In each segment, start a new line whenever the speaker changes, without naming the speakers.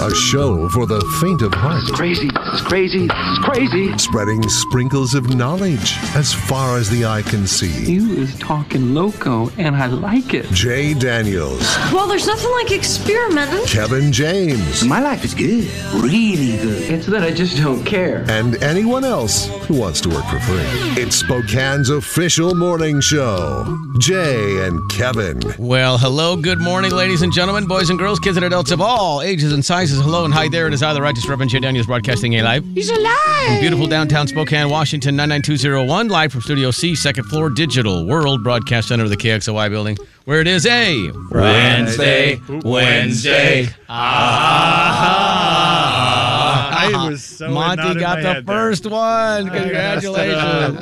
A show for the faint of heart.
crazy. It's crazy. It's crazy.
Spreading sprinkles of knowledge as far as the eye can see.
You is talking loco, and I like it.
Jay Daniels,
Well, there's nothing like experimenting.
Kevin James,
My life is good. Really good.
It's that I just don't care.
and anyone else who wants to work for free. It's Spokane's official morning show. Jay and Kevin.
Well, hello, good morning, ladies and gentlemen, boys and girls, kids and adults of all ages and sizes. Hello and hi there. It is I, the Righteous Reverend Jay Daniels, broadcasting a live. He's alive. From beautiful downtown Spokane, Washington, 99201, live from Studio C, second floor, Digital World Broadcast Center of the KXOY building, where it is a Wednesday, Wednesday.
Ah! I was so not
Monty
in
got
my
the
head there.
first one.
messed it
Congratulations.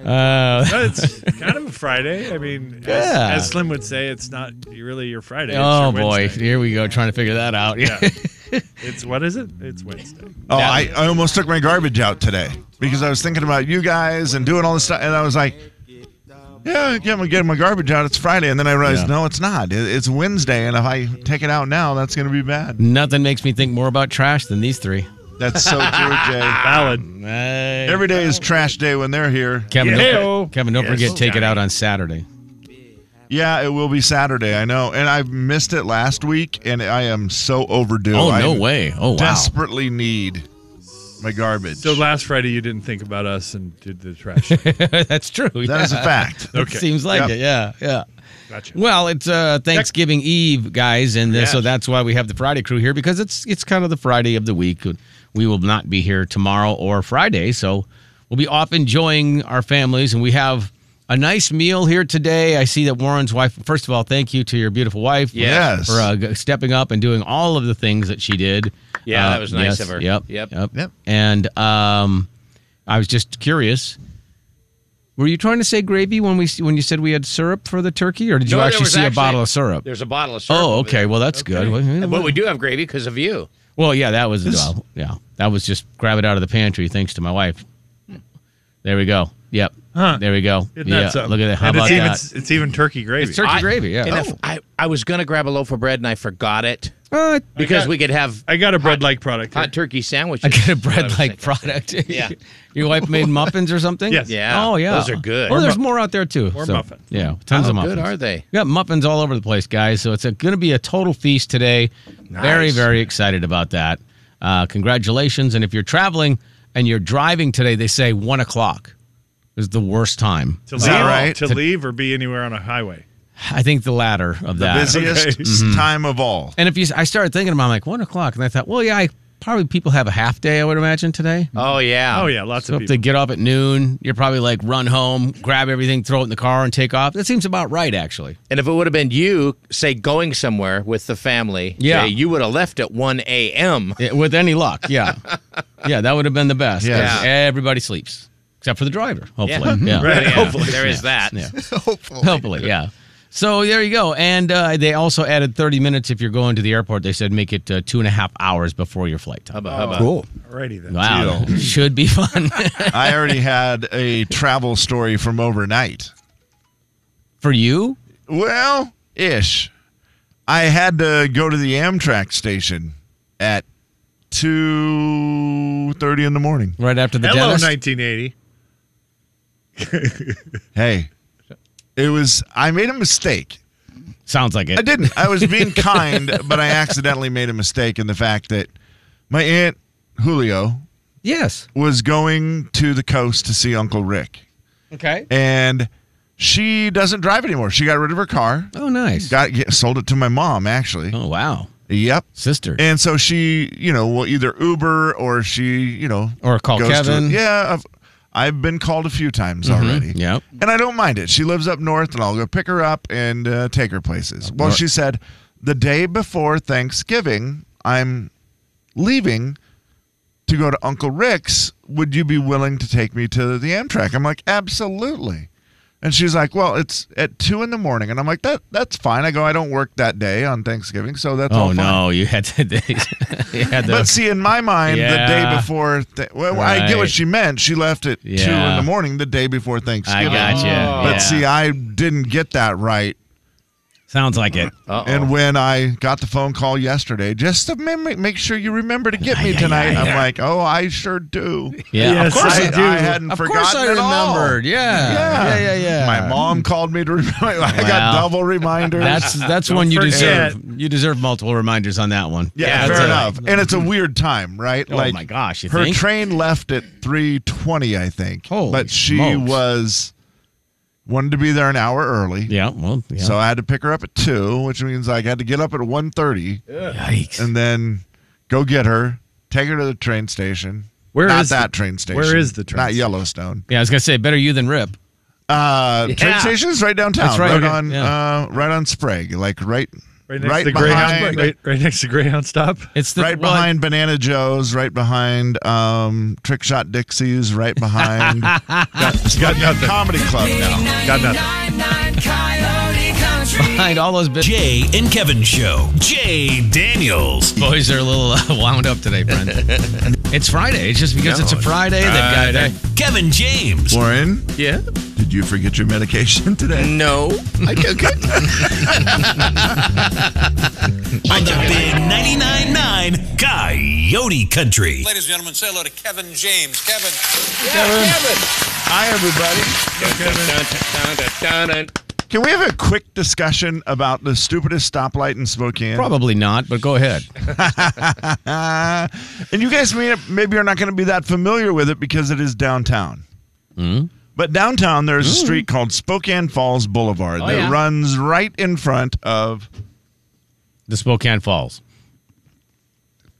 Uh,
But it's kind of a Friday. I mean, as,
Yeah.
as Slim would say, it's not really your Friday. It's
oh,
your
boy.
Wednesday.
Here we go, trying to figure that out. Yeah.
It's what is it? It's Wednesday.
Oh, I, I almost took my garbage out today because I was thinking about you guys and doing all this stuff, and I was like, "Yeah, yeah, I'm gonna get my garbage out. It's Friday," and then I realized,
Yeah.
no, it's not. It- It's Wednesday, and if I take it out now, that's gonna be bad.
Nothing makes me think more about trash than these three.
That's so true, Jay.
Valid.
Every day is trash day when they're here.
Kevin,
Yeah.
don't, Kevin, don't
Yes,
forget take it
Johnny.
out on Saturday.
Yeah, it will be Saturday. I know, and I missed it last week, and I am so overdue.
Oh
I
no way! Oh wow!
Desperately need my garbage.
So last Friday you didn't think about us and did the trash.
That's true.
that
yeah.
is a fact.
Okay.
Seems like
Yep.
it. Yeah, yeah.
Gotcha.
Well, it's uh, Thanksgiving Eve, guys, and uh, so
Yes.
that's why we have the Friday crew here because it's it's kind of the Friday of the week. We will not be here tomorrow or Friday, so we'll be off enjoying our families, and we have a nice meal here today. I see that Warren's wife. First of all, thank you to your beautiful wife.
Yes.
for uh, g- stepping up and doing all of the things that she did.
Yeah,
Uh,
that was nice
yes,
of her.
Yep,
Yep.
yep,
Yep.
And um, I was just curious. Were you trying to say gravy when we when you said we had syrup for the turkey, or did you
No, there
actually
was
see a
actually-
bottle of syrup?
There's a bottle of syrup.
Oh,
over
okay. Mm.
there.
Well, that's good. Well,
But we do have gravy because of you.
well, yeah, that was
This-
well, yeah, that was just grab it out of the pantry, thanks to my wife. There we go. Yep.
Huh.
There we go.
Isn't
yeah.
that something?
Look at that. How
and
about
it's even,
that?
It's even turkey gravy.
It's turkey
I-
gravy. Yeah.
And if I, I was going to grab a loaf of bread and I forgot it
Oh, I-
because
got-
we could have
I got a bread-like product. here.
hot turkey sandwiches.
I get a
That's what I was
bread like
thinking.
product.
Yeah.
Your wife made muffins or something?
Yes.
Yeah.
Oh, yeah.
Those are good.
Oh, there's more out there, too.
More
so,
muffins.
Yeah. Tons
How
of muffins.
Oh, good are they?
We got muffins all over the place, guys. So it's going to be a total feast today. Very,
Nice.
very excited about that. Uh, congratulations. And if you're traveling and you're driving today, they say one o'clock is the worst time.
to
Is
leave,
that right?
To leave or be anywhere on a highway.
I think the latter of
The
that.
busiest
Okay.
Mm-hmm.
time of all.
And if you, I started thinking about it, I'm like one o'clock, and I thought, well, yeah, I, probably people have a half day, I would imagine today.
Oh yeah.
Oh yeah, lots
So
of
if they
people.
get off at noon, you're probably like run home, grab everything, throw it in the car, and take off. That seems about right, actually.
And if it would have been you, say going somewhere with the family,
Yeah.
Jay, you would have left at 1 a.m.
Yeah, With any luck, yeah, yeah, that would have been the best. 'cause
Yeah.
everybody sleeps except for the driver, hopefully. Yeah,
Right. Yeah.
hopefully
There is
Yeah.
that.
Yeah. hopefully, yeah. So there you go. And uh, they also added 30 minutes if you're going to the airport. They said make it uh, two and a half hours before your flight time.
Hubba hubba.
Cool.
Alrighty then.
Wow, that should be fun
I already had a travel story from overnight.
for you.
Well, ish. I had to go to the Amtrak station at two thirty in the morning.
Right after the
Hello,
dentist.
1980.
Hey, it was. I made a mistake.
Sounds like it.
I didn't. I was being kind, but I accidentally made a mistake in the fact that my aunt Julio
Yes.
was going to the coast to see Uncle Rick,
Okay.
and she doesn't drive anymore. She got rid of her car.
Oh, nice.
Got sold it to my mom actually.
Oh, wow.
Yep.
Sister.
And so she, you know, will either Uber or she, you know,
Or call
goes to-
Kevin. Mm-hmm.
yeah, I've, I've been called a few times already.
Yep.
And I don't mind it. She lives up north, and I'll go pick her up and uh, take her places. Well,
nor-
she said the day before Thanksgiving, I'm leaving to go to Uncle Rick's. Would you be willing to take me to the Amtrak? I'm like, absolutely. And she's like, "Well, it's at two in the morning," and I'm like, "That that's fine." I go, "I don't work that day on Thanksgiving, so that's all
Oh
fine."
no, you had to. you had to
But see, in my mind, the
Yeah.
day before, th- well, I get
Right.
what she meant. She left at two in
Yeah.
the morning, the day before
I
Thanksgiving.
got you.
But see, I didn't get that right.
sounds like it.
Uh-oh.
And when I got the phone call yesterday, just to mem- make sure you remember to get
Yeah,
me
yeah,
tonight,
yeah,
I'm
yeah.
like, oh, I sure do.
Yeah,
Yes,
of course
I,
I, do.
I hadn't
of
forgotten
course I
at all.
remembered. Yeah.
Yeah.
yeah, yeah, yeah.
My mom called me to remember. I got
Wow.
double reminders.
That's that's
Don't
one you
forget.
deserve. You deserve multiple reminders on that one.
yeah,
that's
fair
a-
enough. And it's a weird time, right?
Oh
like
my gosh, you
her
think?
train left at 3:20, I think.
Holy
but she
smokes.
was wanted to be there an hour early.
yeah. Well. Yeah.
So I had to pick her up at 2, which means I had to get up at 1:30
Yikes.
and then go get her, take her to the train station.
Where
Not
is
that
the-
train station.
where is the train
Not
station?
Yellowstone.
yeah, I was gonna say better you than Rip.
Uh, Train
Yeah.
station's right downtown.
That's right, okay,
on
yeah.
uh, right on Sprague, like right
Right next to Greyhound.
behind,
Right, right next to Greyhound stop.
It's the
right
well,
behind Banana Joe's, right behind um, Trick Shot Dixie's, right behind
It's got nothing.
Comedy Club now.
Got nothing.
behind all those big
Jay and Kevin Show. Jay Daniels.
boys are a little uh, wound up today, friend. it's Friday. It's just because it's a Friday, that guy.
Kevin James.
Warren,
yeah.
did you forget your medication today?
No.
I took it.
on the big 99.9 9 Coyote Country.
Ladies and gentlemen, say hello to Kevin James. Kevin.
Hi, everybody. Can we have a quick discussion about the stupidest stoplight in Spokane?
Probably not, but go ahead.
Uh, and you guys may, maybe are not going to be that familiar with it because it is downtown. But downtown, there's a street called Spokane Falls Boulevard that
yeah.
runs right in front of
The Spokane Falls,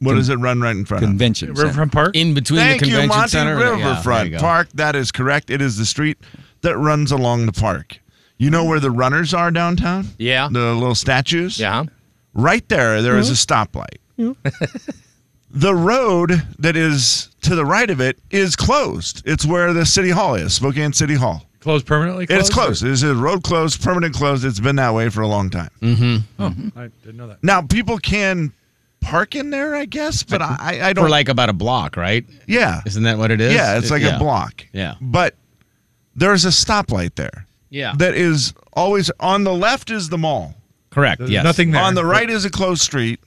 What does it run right in front of?
Convention.
Riverfront Park.
in between
Thank
the
you,
convention
Monty
center, Yeah, there
Riverfront
you go.
Park. That is correct. It is the street that runs along the park. You know where the runners are downtown?
Yeah.
The little statues?
Yeah.
Right there, there is
Mm-hmm.
a stoplight. the road that is to the right of it is closed. It's where the city hall is, Spokane City Hall.
Closed permanently.
It's closed. It's a road closed, permanent closed. It's been that way for a long time.
Mm.
I didn't know that.
Now people can park in there, I guess, but I, I, I don't.
for like about a block, right?
yeah,
Isn't that what it is?
yeah, it's like
Yeah.
a block.
Yeah.
but there's a stoplight there
Yeah,
that is always on the left is the mall,
correct.
There's
yes.
nothing there.
on the right is a closed street.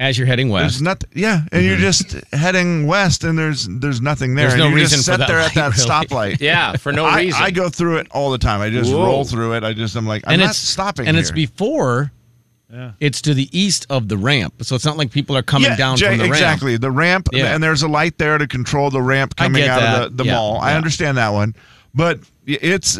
as you're heading west.
There's nothing. Yeah, and you're just heading west, and there's there's nothing there.
There's
and
no
you
reason
just
for
sit
that
there at that
light, really.
stoplight.
Yeah, for no
I,
reason.
I go through it all the time. I just
Whoa.
roll through it. I just I'm like I'm not stopping.
And it's
here.
before.
Yeah.
It's to the east of the ramp, so it's not like people are coming
Yeah,
down
Jay,
from the ramp.
exactly. The ramp,
Yeah.
and there's a light there to control the ramp
I
coming
get
out of
that.
the, the
Yeah,
mall. I
yeah.
understand that one, but it's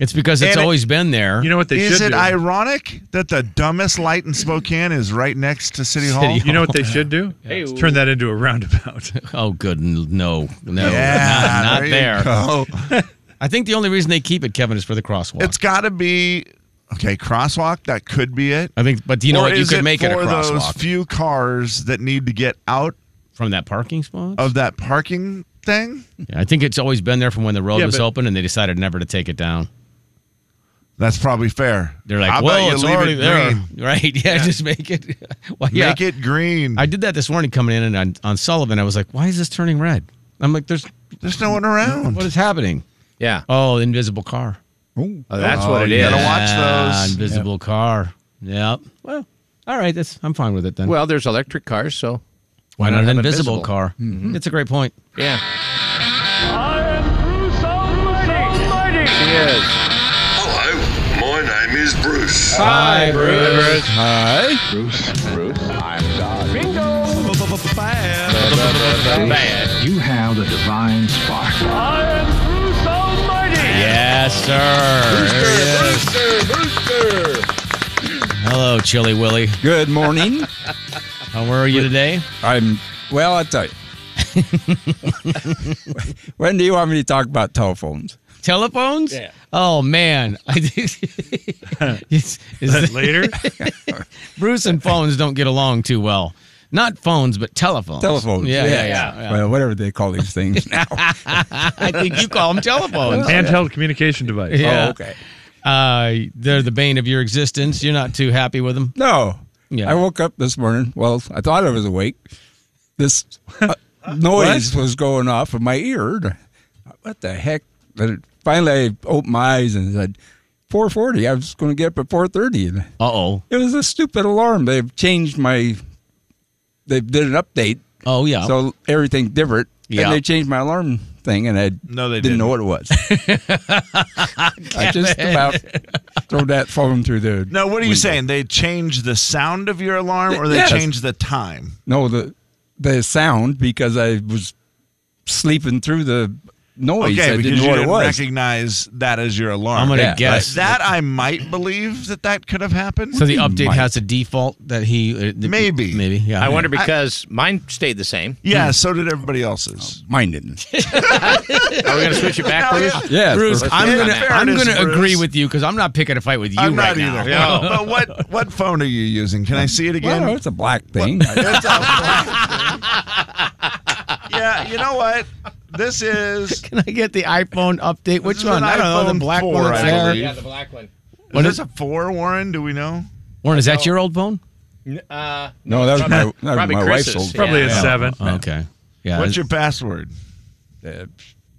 It's because it's
And it-
always been there.
You know what they
is
should
it
do?
ironic that the dumbest light in Spokane is right next to City Hall?
City
you know what they should do?
Hey,
Is Turn that into a roundabout.
oh, good. n- No, no,
Yeah,
not, not
there you
there.
go.
I think the only reason they keep it, Kevin, is for the crosswalk.
It's got to be okay. Crosswalk that could be it.
I think, but do you know
Or
what? You
is
could make it a
for those
crosswalk
few cars that need to get out
from that parking spot.
of that parking thing.
Yeah, I think it's always been there from when the road
Yeah,
was
but-
open, and they decided never to take it down.
That's probably fair.
They're like,
How about
"Well,
you
it's
leave it
already there,
green?
right? Yeah, just make it. Well, yeah.
Make it green.
I did that this morning coming in, and on, on Sullivan, I was like, "Why is this turning red?" I'm like, "There's
There's no one around.
what is happening?"
Yeah.
Oh, invisible car.
Oh, that's what it
you
is.
gotta watch
Ah,
those.
invisible car. Yep. Well, all right. That's I'm fine with it then.
Well, there's electric cars, so
why not an
have
invisible,
invisible?
car? It's a great point.
yeah.
I am Bruce Almighty. Almighty.
Hello, my name is Bruce.
Hi, Bruce.
You have the divine spark.
I am Bruce Almighty.
Yes, sir. There he is. Hello, Chili Willy.
Good morning.
How are you today?
I'm, well, I tell you. when do you want me to talk about telephones?
Telephones? Yeah. Oh man, I is, is
Later,
Bruce and phones don't get along too well. Not phones, but telephones.
Telephones.
Yeah, yeah, yeah. yeah.
Well, whatever they call these things now.
I think you call them telephones.
Handheld communication device.
Oh,
Yeah. Uh, they're the bane of your existence. You're not too happy with them.
No.
Yeah.
I woke up this morning. Well, I thought I was awake. This uh, noise was going off in my ear. And I- What the heck? But finally, I opened my eyes and said, 4:40. I was going to get up at 4:30.
Uh oh.
It was a stupid alarm. They've changed my. They did an update.
Oh yeah.
So everything different.
Yeah.
And they changed my alarm thing, and I
No, they
didn't know what it was. I just about throw that phone through the.
No, what are you
window.
saying? They change the sound of your alarm or they
Yes.
change the time?
No, the the sound because I was sleeping through the noise.
okay,
I
because
didn't know
you
what
didn't
it was.
recognize that as your alarm.
I'm gonna
Yeah.
guess.
That I might believe that that could have happened.
so the update
Mike.
has a default that he uh, th-
Hmm. Maybe.
maybe yeah.
I wonder because mine stayed the same.
yeah,
hmm.
so did everybody else's.
Mine didn't.
Are we going to switch it back, Bruce?
Yeah,
Bruce,
perfect.
I'm
In
gonna I'm
fairness,
gonna agree
Bruce-
with you because I'm not picking a fight with you
I'm
right
not
now.
either.
No.
But what what phone are you using? Can I see it again?
Well, it's a black thing.
It's a black- yeah, you know what? This is
Can I get the iPhone update? Which
is
one?
an
I don't know. The
iPhone
black
4,
one. that's
I
there.
believe.
the black one.
What
is
is
this a four, Warren? Do we know?
Warren? Is that your old phone?
Uh,
no, that was my, that was
Robbie
my wife's
Chris's,
old.
yeah.
Probably a seven.
okay. Yeah.
What's
that's-
your password?
Uh,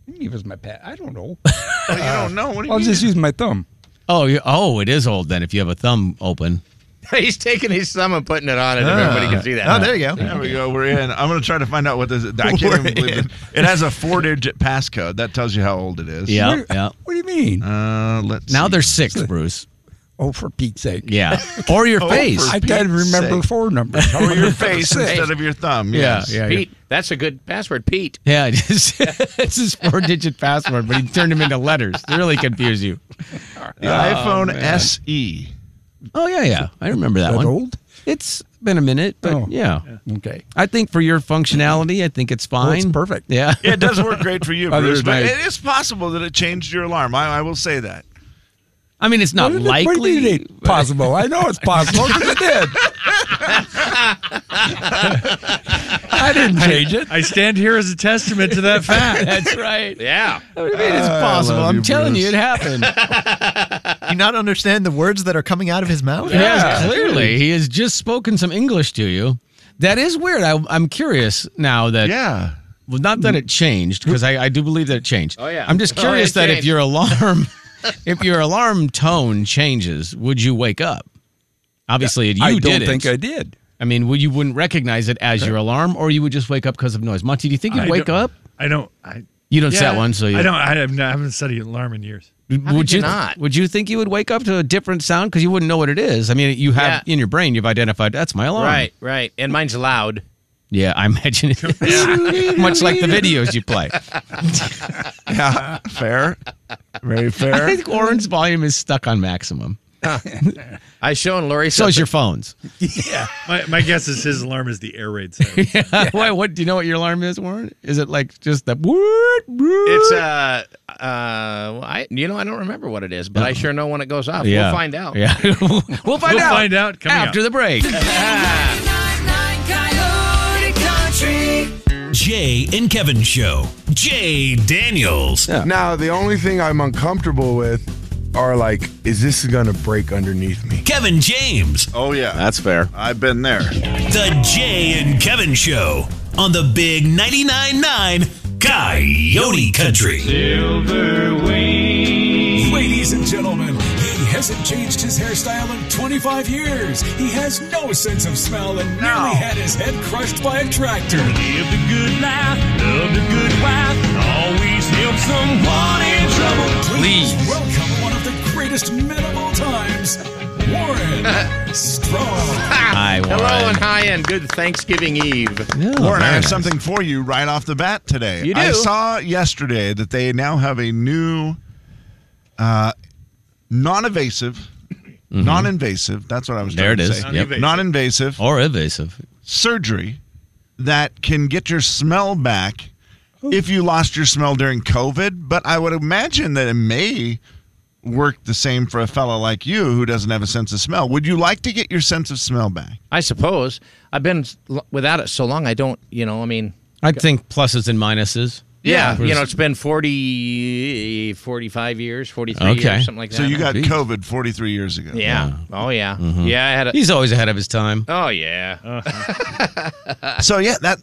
it was my pet. I don't know.
Well, you
Uh,
don't know. What do you
I'll
mean?
just use my thumb.
oh, you oh, it is old then. If you have a thumb open.
he's taking his thumb and putting it on
Ah.
it, and everybody can see that.
Oh, there you go.
Ah. There we go. We're in. I'm going to try to find out what this is. I can't even believe it. It has a four digit passcode. That tells you how old it is.
Yeah.
What,
yeah.
what do you mean?
Uh, let's
Now
see.
they're six, Bruce.
oh, for Pete's sake.
Yeah. Or your
Oh,
face.
for
I can't
Pete's
remember
sake.
four numbers. How
Or your face instead of your thumb.
Yeah.
Yes.
Yeah.
Pete, that's a good password, Pete.
Yeah, it is. it's his four digit password, but he turned them into letters. They really confuse you.
The iPhone E. SE.
Oh, yeah, yeah. I remember that,
that
one.
old?
It's been a minute, but
Oh.
yeah.
Okay.
I think for your functionality, I think it's fine.
it's perfect.
Yeah.
It does work great for you,
Other
Bruce, but
than I-
it is possible that it changed your alarm. I, I will say that.
I mean, it's not
What do you-
likely.
What do you mean it's possible? I know it's possible because it did. I didn't change it.
I stand here as a testament to that fact.
That's right.
Yeah.
What do you mean it's possible? I'm telling you, it happened.
You not understand the words that are coming out of his mouth?
Yes, clearly. He has just spoken some English to you. That is weird. I, I'm curious now that
Yeah.
Well, not that it changed, because I, I do believe that it changed.
Oh, yeah.
I'm just
Oh,
curious
it
that if
changed.
your alarm, if your alarm tone changes, would you wake up? Obviously, you
I don't
didn't.
think I did.
I mean, would you wouldn't recognize it as your alarm, or you would just wake up because of noise. Monty, do you think you'd
I
wake
don't-
up?
I don't. I,
You don't set one, so you
I don't. I, have not, I haven't studied alarm in years.
Would,
could you not?
Would you think you would wake up to a different sound because you wouldn't know what it is? I mean, you have
Yeah.
in your brain, you've identified that's my alarm.
Right, right. And mine's loud.
Yeah, I imagine it is. much like the videos you play.
Yeah. Fair. Very fair.
I think Warren's volume is stuck on maximum.
I showing Lori
So is
something.
your phones.
My, my guess is his alarm is the air raid. Sound.
Why? What do you know? What your alarm is, Warren? Is it like just the woot, woot?
It's uh uh well, I you know I don't remember what it is, but I sure know when it goes off.
Yeah.
We'll find out.
Yeah, we'll find out.
find out coming
after
up.
the break.
Jay and Kevin Show. Jay Daniels.
Now, the only thing I'm uncomfortable with are like, is this going to break underneath me?
Kevin James.
Oh, yeah. That's fair. I've been there.
The Jay and Kevin Show on the Big 99.9 9 Coyote Country.
Ladies and gentlemen, he hasn't changed his hairstyle in 25 years. He has no sense of smell and nearly had his head crushed by a tractor.
Live the good life, love the good wife, always help someone in trouble.
Please welcome one of the greatest men of all times, Warren Strong.
Hi, Warren.
Hello and hi and good Thanksgiving Eve.
Yeah,
Warren, I
Oh, very
have
nice.
something for you right off the bat today.
You
I
do?
saw yesterday that they now have a new uh, non-evasive, non-invasive. That's what I was
Mm-hmm. There
trying
it
to
is.
say.
Yep. Oh.
Non-invasive
Or evasive.
surgery that can get your smell back if you lost your smell during COVID. But I would imagine that it may work the same for a fella like you who doesn't have a sense of smell. Would you like to get your sense of smell back?
I suppose. I've been s- l- without it so long. I don't. You know. I mean.
I think pluses and minuses.
Yeah, you know, it's been 40, 45 years, 43 years, something like that.
So you got COVID 43 years ago.
Yeah. Oh, yeah. Yeah, I had a.
He's always ahead of his time.
Oh, yeah.
so yeah, that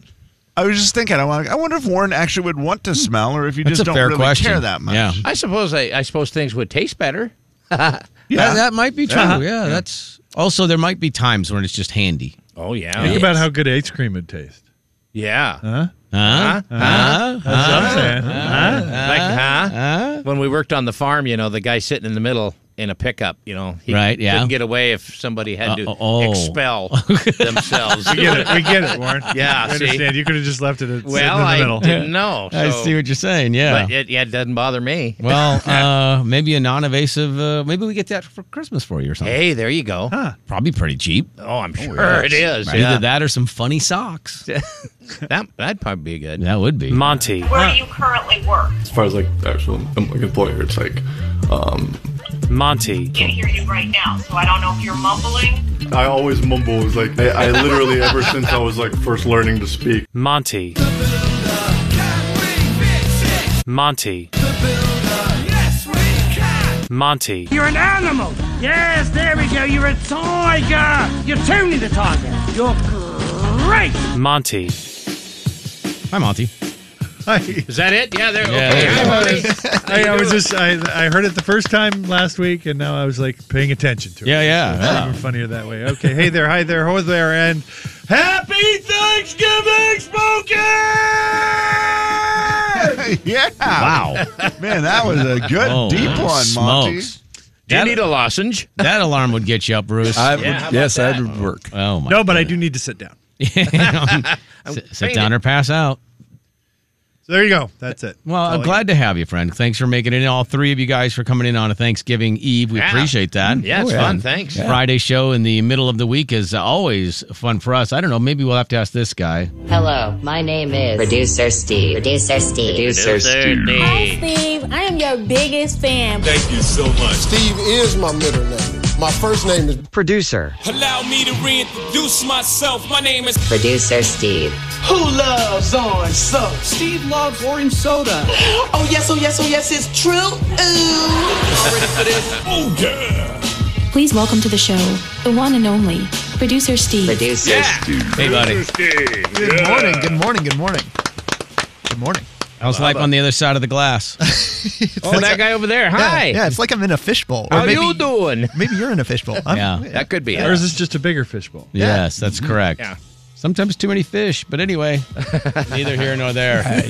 I was just thinking. I want. I wonder if Warren actually would want to smell, or if you
That's
just
a
don't
fair
really
question.
care that much.
Yeah.
I suppose I, I suppose things would taste better.
That, that might be true.
Uh-huh.
Yeah,
Yeah.
that's also there might be times when it's just handy.
Oh yeah.
Think about how good ice cream would taste.
Yeah.
Huh?
Huh?
Huh? That's what I'm saying. Huh?
Like, huh? When we worked on the farm, you know, the guy sitting in the middle in a pickup, you know, he
Right, yeah.
couldn't get away if somebody had to
Uh, oh.
expel themselves.
We get it. We get it, Warren.
Yeah,
We
see?
understand. You could have just left it at, sitting in
Well,
the
I
middle.
didn't know.
I
so-
see what you're saying. Yeah.
But it, yeah, it doesn't bother me.
well, uh, maybe a non-evasive. Uh, maybe we get that for Christmas for you or something.
Hey, there you go.
Probably pretty cheap.
Oh, I'm sure it is.
Either
yeah.
that or some funny socks.
that that'd probably be good.
That would be Monty.
Where do you currently work?
As far as like actual um, like employer, it's like um, Monty.
Can't hear you right now, so I don't know if you're mumbling.
I always mumble. It's like I, I literally ever since I was like first learning to speak. Monty. Monty. Monty.
You're an animal. Yes, there we go. You're a tiger. You're Tony the Tiger. You're great.
Monty.
Hi, Monty.
Is that it? Yeah, there.
Yeah,
okay.
there
Hi,
it
buddy.
is.
How
I,
you
I was
doing?
just I, I heard it the first time last week, and now I was like paying attention to it.
Yeah, yeah,
So it's
yeah.
even funnier that way. Okay, hey there, hi there, ho there, and happy Thanksgiving, Smokey!
yeah.
Wow.
Man, that was a good
Oh,
deep one, Monty.
smokes.
Do you need a lozenge?
That alarm would get you up, Bruce.
I would- Yeah, how about yes, that would work.
Oh my.
No, but I do need to sit down.
sit, sit down or pass out.
So there you go. That's it.
Well, I'm glad to have you, friend. Thanks for making it in. All three of you guys for coming in on a Thanksgiving Eve. We
Yeah.
appreciate that.
Yeah, it's Oh, yeah. fun. Thanks. Yeah.
Friday show in the middle of the week is always fun for us. I don't know. Maybe we'll have to ask this guy.
Hello, my name is Producer Steve. Producer Steve.
Producer Steve.
Hi, Steve. I am your biggest fan.
Thank you so much.
Steve is my middle name. My first name is
Producer.
Allow me to reintroduce myself. My name is.
Producer Steve.
Who loves orange soda? Steve loves orange soda. oh, yes, oh, yes, oh, yes, it's true. Ooh. Ready for this? Oh, yeah.
Please welcome to the show the one and only producer Steve.
Producer
Steve.
Hey, buddy.
Good morning. Good morning. Good morning. Good morning.
How's life on the other side of the glass?
Oh, that guy over there.
Yeah,
Hi.
Yeah, it's like I'm in a fishbowl.
How
Or maybe-
you doing?
Maybe you're in a fishbowl. I'm-
Yeah.
That could be.
Or is
it.
this just a bigger fishbowl?
Yes, that's correct.
Yeah.
Sometimes too many fish, but anyway, neither here nor there.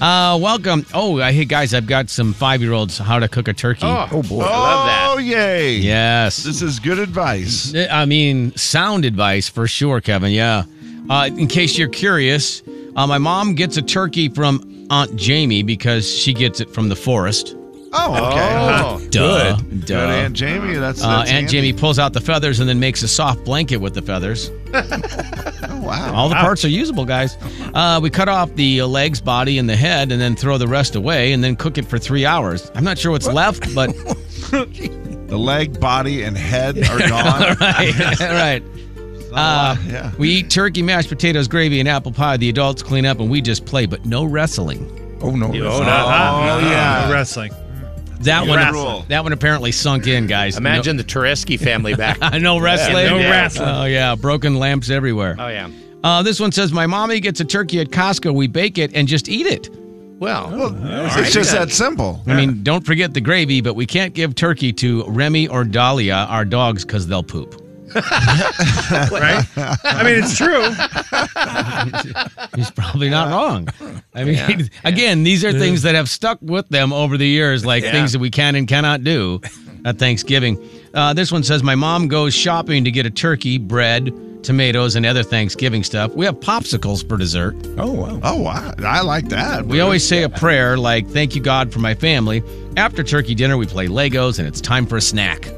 uh, welcome. Oh, I, hey guys, I've got some five-year-olds how to cook a turkey.
Oh,
boy,
I love that. Oh yay!
Yes.
This is good advice.
I mean, sound advice for sure, Kevin. Yeah. Uh, in case you're curious, uh, my mom gets a turkey from Aunt Jamie because she gets it from the forest.
Oh, okay.
Oh, duh, duh.
Good. Good Aunt Jamie. That's,
Uh,
that's
Aunt
handy.
Jamie pulls out the feathers and then makes a soft blanket with the feathers.
Oh, wow.
All the parts are usable, guys. Uh, we cut off the uh, legs, body, and the head, and then throw the rest away, and then cook it for three hours. I'm not sure what's left, but
The leg, body, and head are gone.
right, right. Uh, We eat turkey, mashed potatoes, gravy, and apple pie. The adults clean up, and we just play, but no wrestling.
Oh no!
Oh,
Uh-huh.
yeah.
Wrestling.
That one,
Wrestle.
that one apparently sunk in, guys.
Imagine the Tereski family back.
I know wrestling.
Yeah, no wrestling.
Oh yeah, broken lamps everywhere.
Oh yeah.
Uh, this one says, "My mommy gets a turkey at Costco. We bake it and just eat it."
Well,
It's just that simple.
I mean, don't forget the gravy, but we can't give turkey to Remy or Dahlia, our dogs, because they'll poop.
right? I mean, it's true.
He's probably not wrong. I mean,
Yeah.
again, these are things that have stuck with them over the years, like
Yeah.
things that we can and cannot do at Thanksgiving. Uh, this one says, My mom goes shopping to get a turkey, bread, tomatoes, and other Thanksgiving stuff. We have popsicles for dessert.
Oh, wow.
Oh, wow. I like that.
We always say a prayer like, Thank you, God, for my family. After turkey dinner, we play Legos, and it's time for a snack.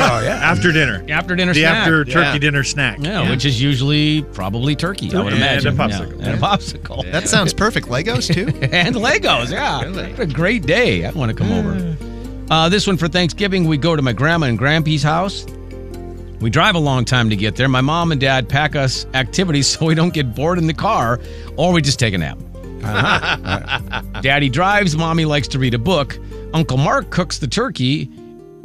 Oh yeah. After dinner.
After dinner
The
snack.
after turkey
Yeah.
dinner snack.
Yeah, which is usually probably turkey, I would
And a
imagine. Yeah,
popsicle.
And a popsicle.
That sounds perfect. Legos too.
and Legos, yeah. What a great day. I want to come over. Uh, this one for Thanksgiving, we go to my grandma and grandpa's house. We drive a long time to get there. My mom and dad pack us activities so we don't get bored in the car or we just take a nap. Daddy drives, mommy likes to read a book. Uncle Mark cooks the turkey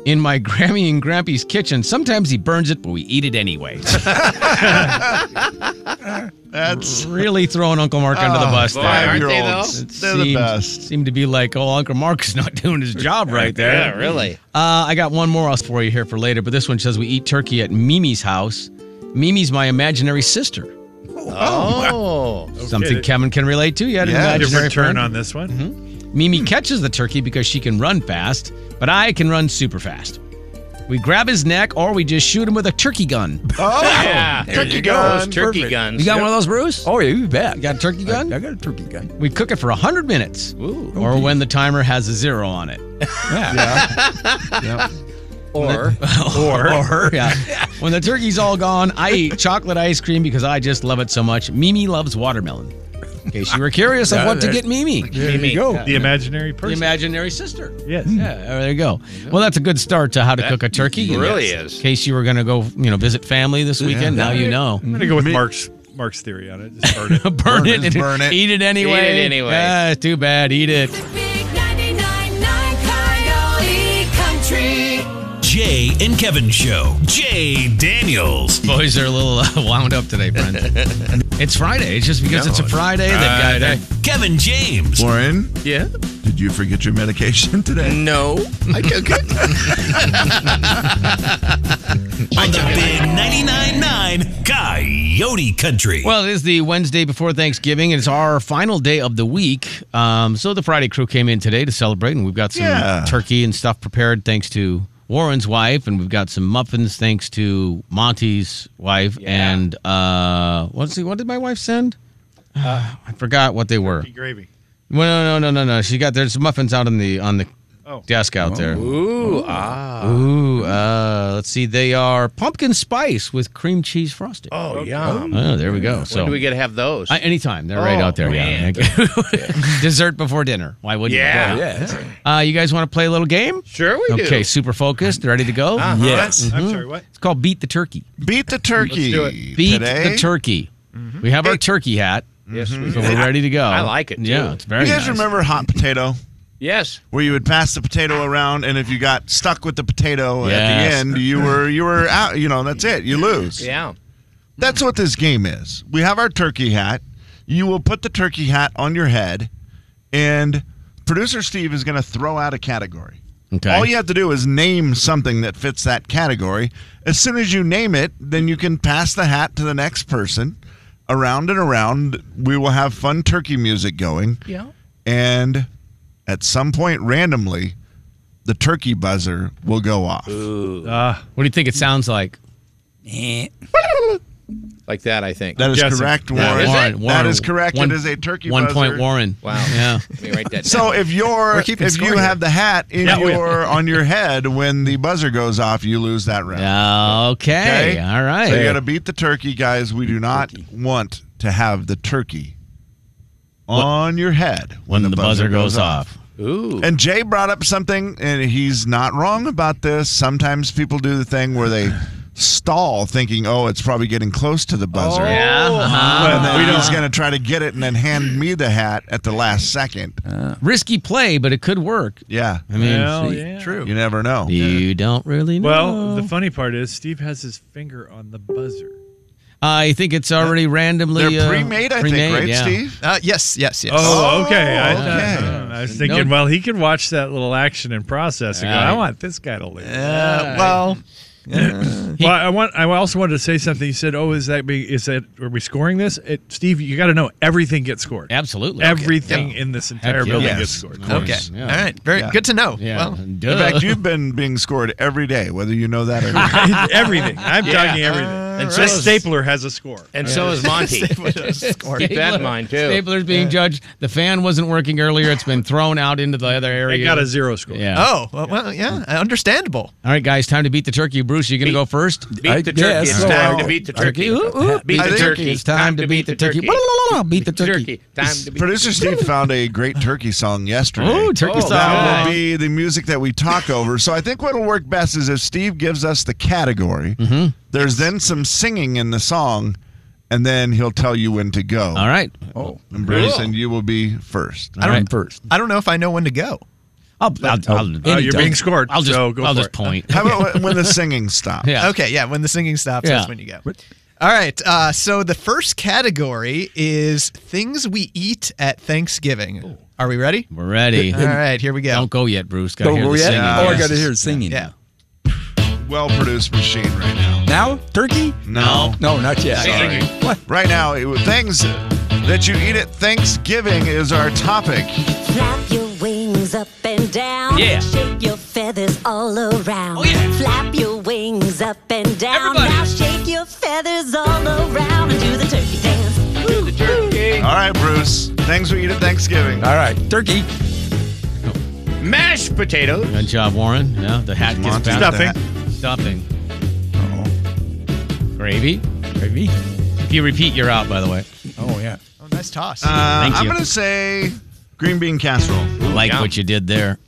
in my Grammy and Grampy's kitchen. Sometimes he burns it, but we eat it anyway. That's really throwing Uncle Mark under the
Oh,
bus there.
five-year-olds.
It
They're the
seemed-
best.
Seemed to be like, oh, Uncle Mark's not doing his job right there.
Yeah, really.
Uh, I got one more for you here for later, but this one says we eat turkey at Mimi's house. Mimi's my imaginary sister.
Oh.
Something Kevin can relate to. You had an imaginary
different turn
friend.
on this one.
Mimi catches the turkey because she can run fast, but I can run super fast. We grab his neck or we just shoot him with a turkey gun.
Oh, yeah.
There
turkey
you go.
guns.
Perfect.
Turkey guns.
You got one of those, Bruce?
Oh, yeah, you bet. You
got a turkey gun?
I, got a turkey gun.
We cook it for 100 minutes or when the timer has a zero on it.
Or,
or, yeah. When the turkey's all gone, I eat chocolate ice cream because I just love it so much. Mimi loves watermelon. In case you were curious of
Yeah,
what to
there-
get Mimi.
There you Mimi. go. The Mm-hmm. imaginary
The
person.
imaginary sister.
Yes.
Yeah, there you go. Well, that's a good start to how to
That
cook a turkey. and
really
that's-
is.
In case you were going to go, you know, visit family this weekend, now you know.
I'm gonna go with Mark's Mark's theory on it. Just burn it.
burn, it, and Eat it anyway.
Eat it anyway.
Ah, it's too bad. Eat it.
Coyote Country. Jay and Kevin Show. Jay Daniels.
Boys are a little uh, wound up today, Brent. it's Friday. It's just because it's a Friday that guy.
Kevin James.
Lauren?
Yeah?
Did you forget your medication today?
No. I took it.
On the big 99.9 Coyote Country.
Well, it is the Wednesday before Thanksgiving, and it's our final day of the week. Um, so the Friday crew came in today to celebrate, and we've got some
Yeah.
turkey and stuff prepared thanks to Warren's wife, and we've got some muffins thanks to Monty's wife. And uh, what's what did my wife send? I forgot what they were.
Gravy.
No, no, no, no, no, no. She got there's muffins out on the on the desk out there.
Oh. Ooh, ah.
Ooh, uh, let's see. They are pumpkin spice with cream cheese frosting.
Oh, yum.
Oh, there we go.
when
So
do we get to have those?
Uh, anytime. They're right
Oh,
out there.
man.
Yeah. Dessert before dinner. Why wouldn't
Yeah.
you? Uh, you guys want to play a little game?
Sure we do.
okay, super focused, ready to go?
Uh-huh. Yes.
I'm
Mhm.
sorry, what?
It's called Beat the Turkey.
Beat the turkey.
Let's do
Beat
today.
the Turkey. We have our turkey hat.
Yes, we
So
do.
we're ready to go.
I like it, too.
Yeah, it's very
you guys
nice.
remember hot potato?
Yes.
Where you would pass the potato around, and if you got stuck with the potato at
Yes.
the end, you were you were out. You know, that's it. You lose.
Yeah.
That's what this game is. We have our turkey hat. You will put the turkey hat on your head, and producer Steve is going to throw out a category.
Okay.
All you have to do is name something that fits that category. As soon as you name it, then you can pass the hat to the next person. Around and around, we will have fun turkey music going.
Yeah.
And at some point, randomly, the turkey buzzer will go off.
Uh, what do you think it sounds like?
Like that, I think.
That is
Guessing.
correct,
Yeah.
Warren.
Is it?
That is correct.
One-
it is a turkey
One
buzzer.
point Warren.
Wow.
Yeah.
Let me write that
So
down.
if you're
We're keeping
if
score
you
here.
have the hat in
Yeah, we-
your on your head when the buzzer goes off, you lose that round.
Okay. All right.
So you got to beat the turkey, guys. We do not want to have the turkey on your head
when the, buzzer, goes off.
Ooh.
And Jay brought up something, and he's not wrong about this. Sometimes people do the thing where they stall, thinking, "Oh, it's probably getting close to the buzzer."
Oh. Yeah. uh-huh.
And then he's going to try to get it and then hand me the hat at the last second.
Risky play, but it could work.
Yeah.
Uh, I mean,
Hell
see,
yeah.
True.
You never know.
you don't really know.
Well, the funny part is Steve has his finger on the buzzer.
I think it's already randomly
They're
uh,
pre-made, I
pre-made,
think, right,
yeah.
Steve?
Uh, yes, yes, yes.
Oh, okay. I,
okay.
thought- I was thinking,
No-
well, he could watch that little action and process and go,
Yeah.
I want this guy to live.
Uh, well,
well, I want. I also wanted to say something. You said, "Oh, is that? Be, is that? Are we scoring this?" It, Steve, you got to know everything gets scored.
Absolutely.
Everything in this
Heck yeah.
entire
Mm-hmm.
building
Yes.
gets scored.
okay.
Yeah.
All right. Very
Yeah.
good to know.
Yeah.
Well,
Duh.
In fact, you've been being scored every day, whether you know that or not.
everything. I'm talking everything. And so is- Stapler has a score.
And so is Monty. Keep that in mind too.
Stapler's being judged. The fan wasn't working earlier. It's been thrown out into the other area.
got a zero score.
Yeah.
Oh, well, well, yeah, understandable.
All right, guys, time to beat the turkey. Bruce, you gonna go first?
beat I the turkey. guess. It's time to beat the turkey.
Ooh, ooh,
Beat the turkey.
It's time to beat the turkey. Beat the turkey.
Producer Steve found a great turkey song yesterday. Oh,
Ooh, turkey song.
That
Wow.
will be the music that we talk over. So I think what'll work best is if Steve gives us the category.
Mm-hmm.
There's then some singing in the song, and then he'll tell you when to go. All
right.
Oh, and Bruce,
Cool.
and you will be first.
I don't, I don't know if I know when to go.
I'll,
Uh, you're being scored,
I'll just,
so go
I'll
for
just
it.
point.
How about when- when the singing stops? Yeah.
Okay, yeah, when the singing stops,
Yeah.
that's when you go. All right, uh, so the first category is things we eat at Thanksgiving. Are we ready?
We're ready.
All right, here we go.
Don't go yet, Bruce. Gotta hear the singing. Yes.
Yeah.
Well-produced machine right now.
Now, turkey?
No.
No, not yet.
Sorry. Right now, it- things that you eat at Thanksgiving is our topic.
Flap your wings up and down.
Yeah.
Shake your feathers all around. Oh, yeah. Flap your wings up and down. Now shake your feathers all around and do the turkey dance. Do the turkey.
All right, Bruce. Things we eat at Thanksgiving.
All right, turkey.
Mashed potatoes.
Good job, Warren. Yeah, the hat gets
Monty.
back.
eh?
Stuffing.
Stuffing. Oh. Gravy. Gravy. If you repeat, you're out. By the way.
Oh yeah.
Oh, nice toss.
Uh,
Thank
I'm
you.
going to say green bean casserole.
Like what you did there.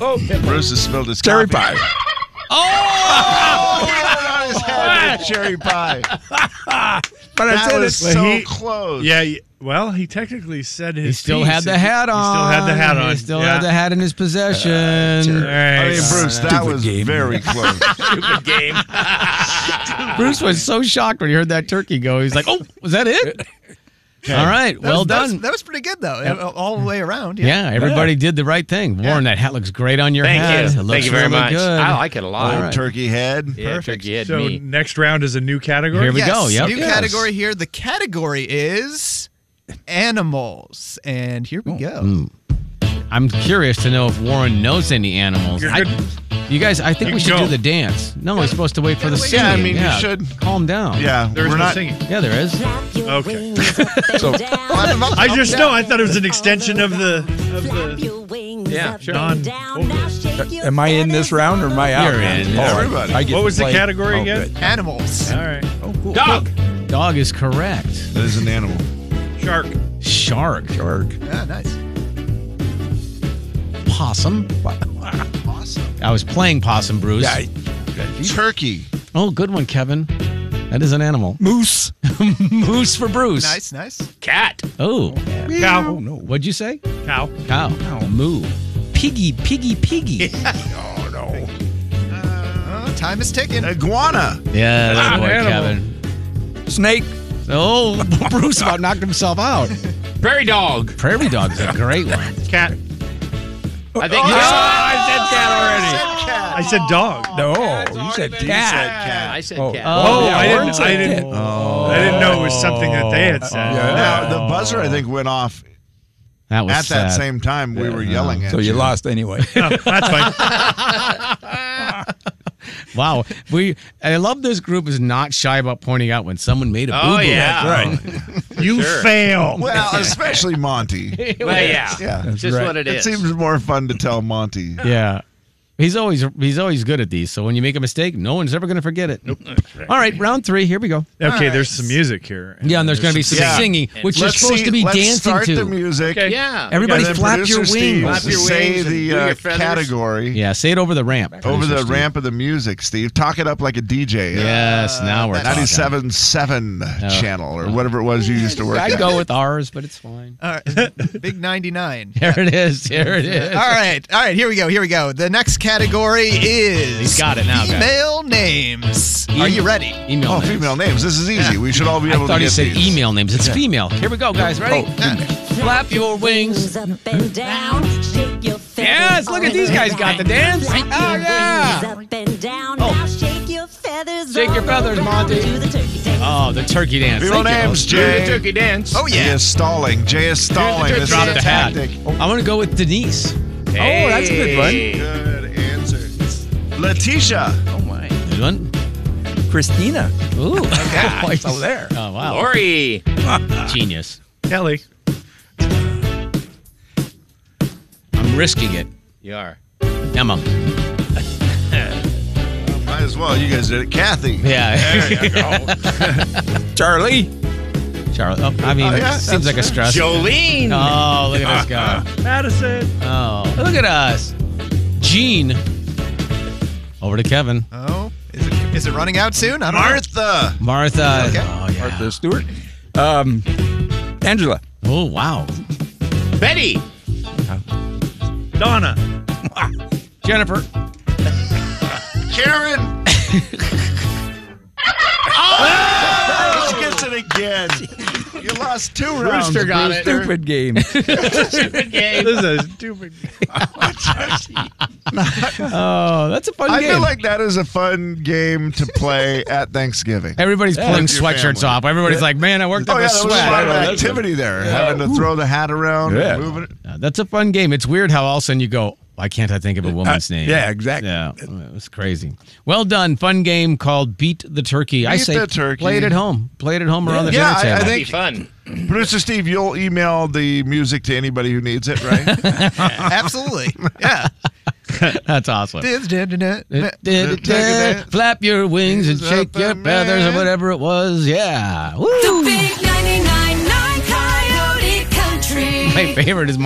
Oh, Bruce has spilled his
Cherry
coffee.
pie.
Oh! his head with cherry pie.
But
That was so
close. Yeah. y- Well, he technically said his.
He still
piece.
had the
He-
hat on.
He still had the hat on.
He still
yeah. Uh,
had the Oh, hat in his possession.
I mean, Bruce, that was very close.
Stupid game.
Bruce was so shocked when he heard that turkey go. He was like, "Oh, was that it?" All right,
That
well
was- that was-
done.
that was pretty good, though,
Yep.
all the way around.
yeah, everybody did the right thing. Warren, that hat looks great on your
Thank
head.
you.
It
Thank
looks
you very
really
much.
Good.
I like it a lot.
All right.
Turkey head.
Yeah, turkey head
So
meat.
next round is a new category.
Yes, New category here. The category is animals. And here we go.
Mm. I'm curious to know if Warren knows any animals.
You're
I-
good.
you guys, I think
You
we
can
should
go.
do the dance. No, we're supposed to wait for the
wait.
singing.
Yeah, I mean, you should.
calm down.
Yeah, There is we're no not-
singing.
Yeah, there is.
Okay.
So
I just know. I thought it was an extension of the of the.
Yeah,
sure. Don.
Am I in this round or am I out?
You're in.
Oh, I-
Everybody.
I get
What
to
was the
play.
category
Oh,
again?
good.
Animals.
All right.
Oh, cool.
Dog.
Dog is correct.
That is an animal.
Shark.
Shark.
Shark.
Yeah, Ah, nice.
Possum.
Awesome.
I was playing possum, Bruce.
Yeah,
Turkey.
Oh, good one, Kevin. That is an animal.
Moose.
Moose for Bruce.
Nice, nice.
Cat.
Oh.
Cow.
Oh, no.
What'd you say?
Cow.
Cow. Moo. Piggy, piggy, piggy.
Oh, no.
Uh, time is ticking.
Iguana.
Wow.
Yeah, that boy,
Animal.
Kevin.
Snake.
Oh, Bruce about knocked himself out.
Prairie dog.
Prairie dog is a great one.
Cat.
I think.
Oh,
you-
I
I said cat already.
I said dog.
Oh,
No, you said cat.
I said cat.
Oh,
yeah,
I
Warren
didn't.
said
I didn't.
Oh.
I didn't know it was something that they had said.
Now, the buzzer, I think, went off
That was
at
sad.
that same time we were yelling at
So you
you.
lost anyway.
Wow, we I love this group is not shy about pointing out when someone made a boo
Oh,
boo.
yeah. That's
You
sure.
fail.
Well, especially Monty.
Well, yeah.
Yeah.
It's just what it
It
is.
seems more fun to tell Monty.
Yeah. He's always he's always good at these. So when you make a mistake, no one's ever going to forget it. Nope. All right, round three. Here we go.
Okay, there's some music here.
Yeah, and there's going to be some
Yeah.
singing, which you're
Let's
supposed
see-
to be
let's
dancing
start
to.
the music.
Okay.
Yeah.
Everybody
And then
flap your wings.
producer Steve
Flap
your
say
wings and
the
do your
uh,
feathers.
category
yeah, say it over the ramp.
over
Producer
the
Steve.
ramp of the music, Steve. Talk it up like a DJ.
Yes,
Uh,
now we're talking.
97 7 channel or whatever it was you used to work
I'd
at.
go with ours, but it's fine.
All right. Big 99.
There it is. There it is.
All right. All right. Here we go. Here we go. The next category is
He's got it now, guys.
Female names. Are you ready?
Email.
Oh,
names.
female names. This is easy. We should all be
I
able
thought
to
he
get
said
these.
email names. It's female. Here we go, guys. Ready? Flap your wings.
Up and down. Shake your feathers
Yes, look at
all
these guys got the dance.
Flap your
Oh, yeah. Oh.
wings up and down. Now shake your feathers
Shake your
all
feathers,
around
Monty.
and Do the turkey dance.
Oh, the turkey dance.
Female
Thank you.
names,
Do the
Jay.
turkey dance.
Oh,
He
yeah.
is stalling. Jay is stalling.
Drop
This is
the
a
hat. Oh,
tactic.
I want to go with Denise.
Hey.
Oh, that's a good one.
Good answer. Letitia.
Oh, my.
Good one.
Christina.
Ooh.
Okay. so there.
Oh, wow.
Lori.
Genius.
Kelly.
I'm risking it.
You are.
Emma.
Might as well. You guys did it. Kathy.
Yeah.
There you go.
Charlie. Charlie. Oh, I mean,
Oh, yeah,
it seems like
that's
a
right.
stress.
Jolene.
Oh, look at this guy.
Madison.
Oh, look at us. Gene. Over to Kevin.
Oh, is it, is it running out soon? I don't
Martha.
Martha.
Okay.
Oh, yeah.
Martha Stewart. Um, Angela.
Oh, wow.
Betty.
Donna.
Jennifer.
Karen. She gets it again. You lost two rounds.
Rooster got it. Stupid game.
Stupid game.
This is a stupid
oh, that's a fun
I
game.
feel like that is a fun game to play at Thanksgiving.
Everybody's
Yeah.
pulling
With your
sweatshirts
family.
off. Everybody's like, man, I worked
Oh,
up
yeah,
a
there
sweat.
was a lot of activity there, having to throw the hat around,
Yeah.
and moving it.
Yeah, Uh, that's a fun game. It's weird how all of a sudden you go, why can't I
Uh,
think of a woman's name?
yeah, exactly.
Yeah, it's crazy. Well done. Fun game called Beat the Turkey. I
Beat
say
the Turkey.
play it at home. Play it at home or on the
yeah,
dinner table.
I, I think fun. Producer Steve, you'll email the music to anybody who needs it, right?
Absolutely. Yeah.
That's awesome.
Did-
Flap your wings and shake your feathers or whatever it was. Yeah. Woo.
The big 99.9 Coyote Country.
My favorite is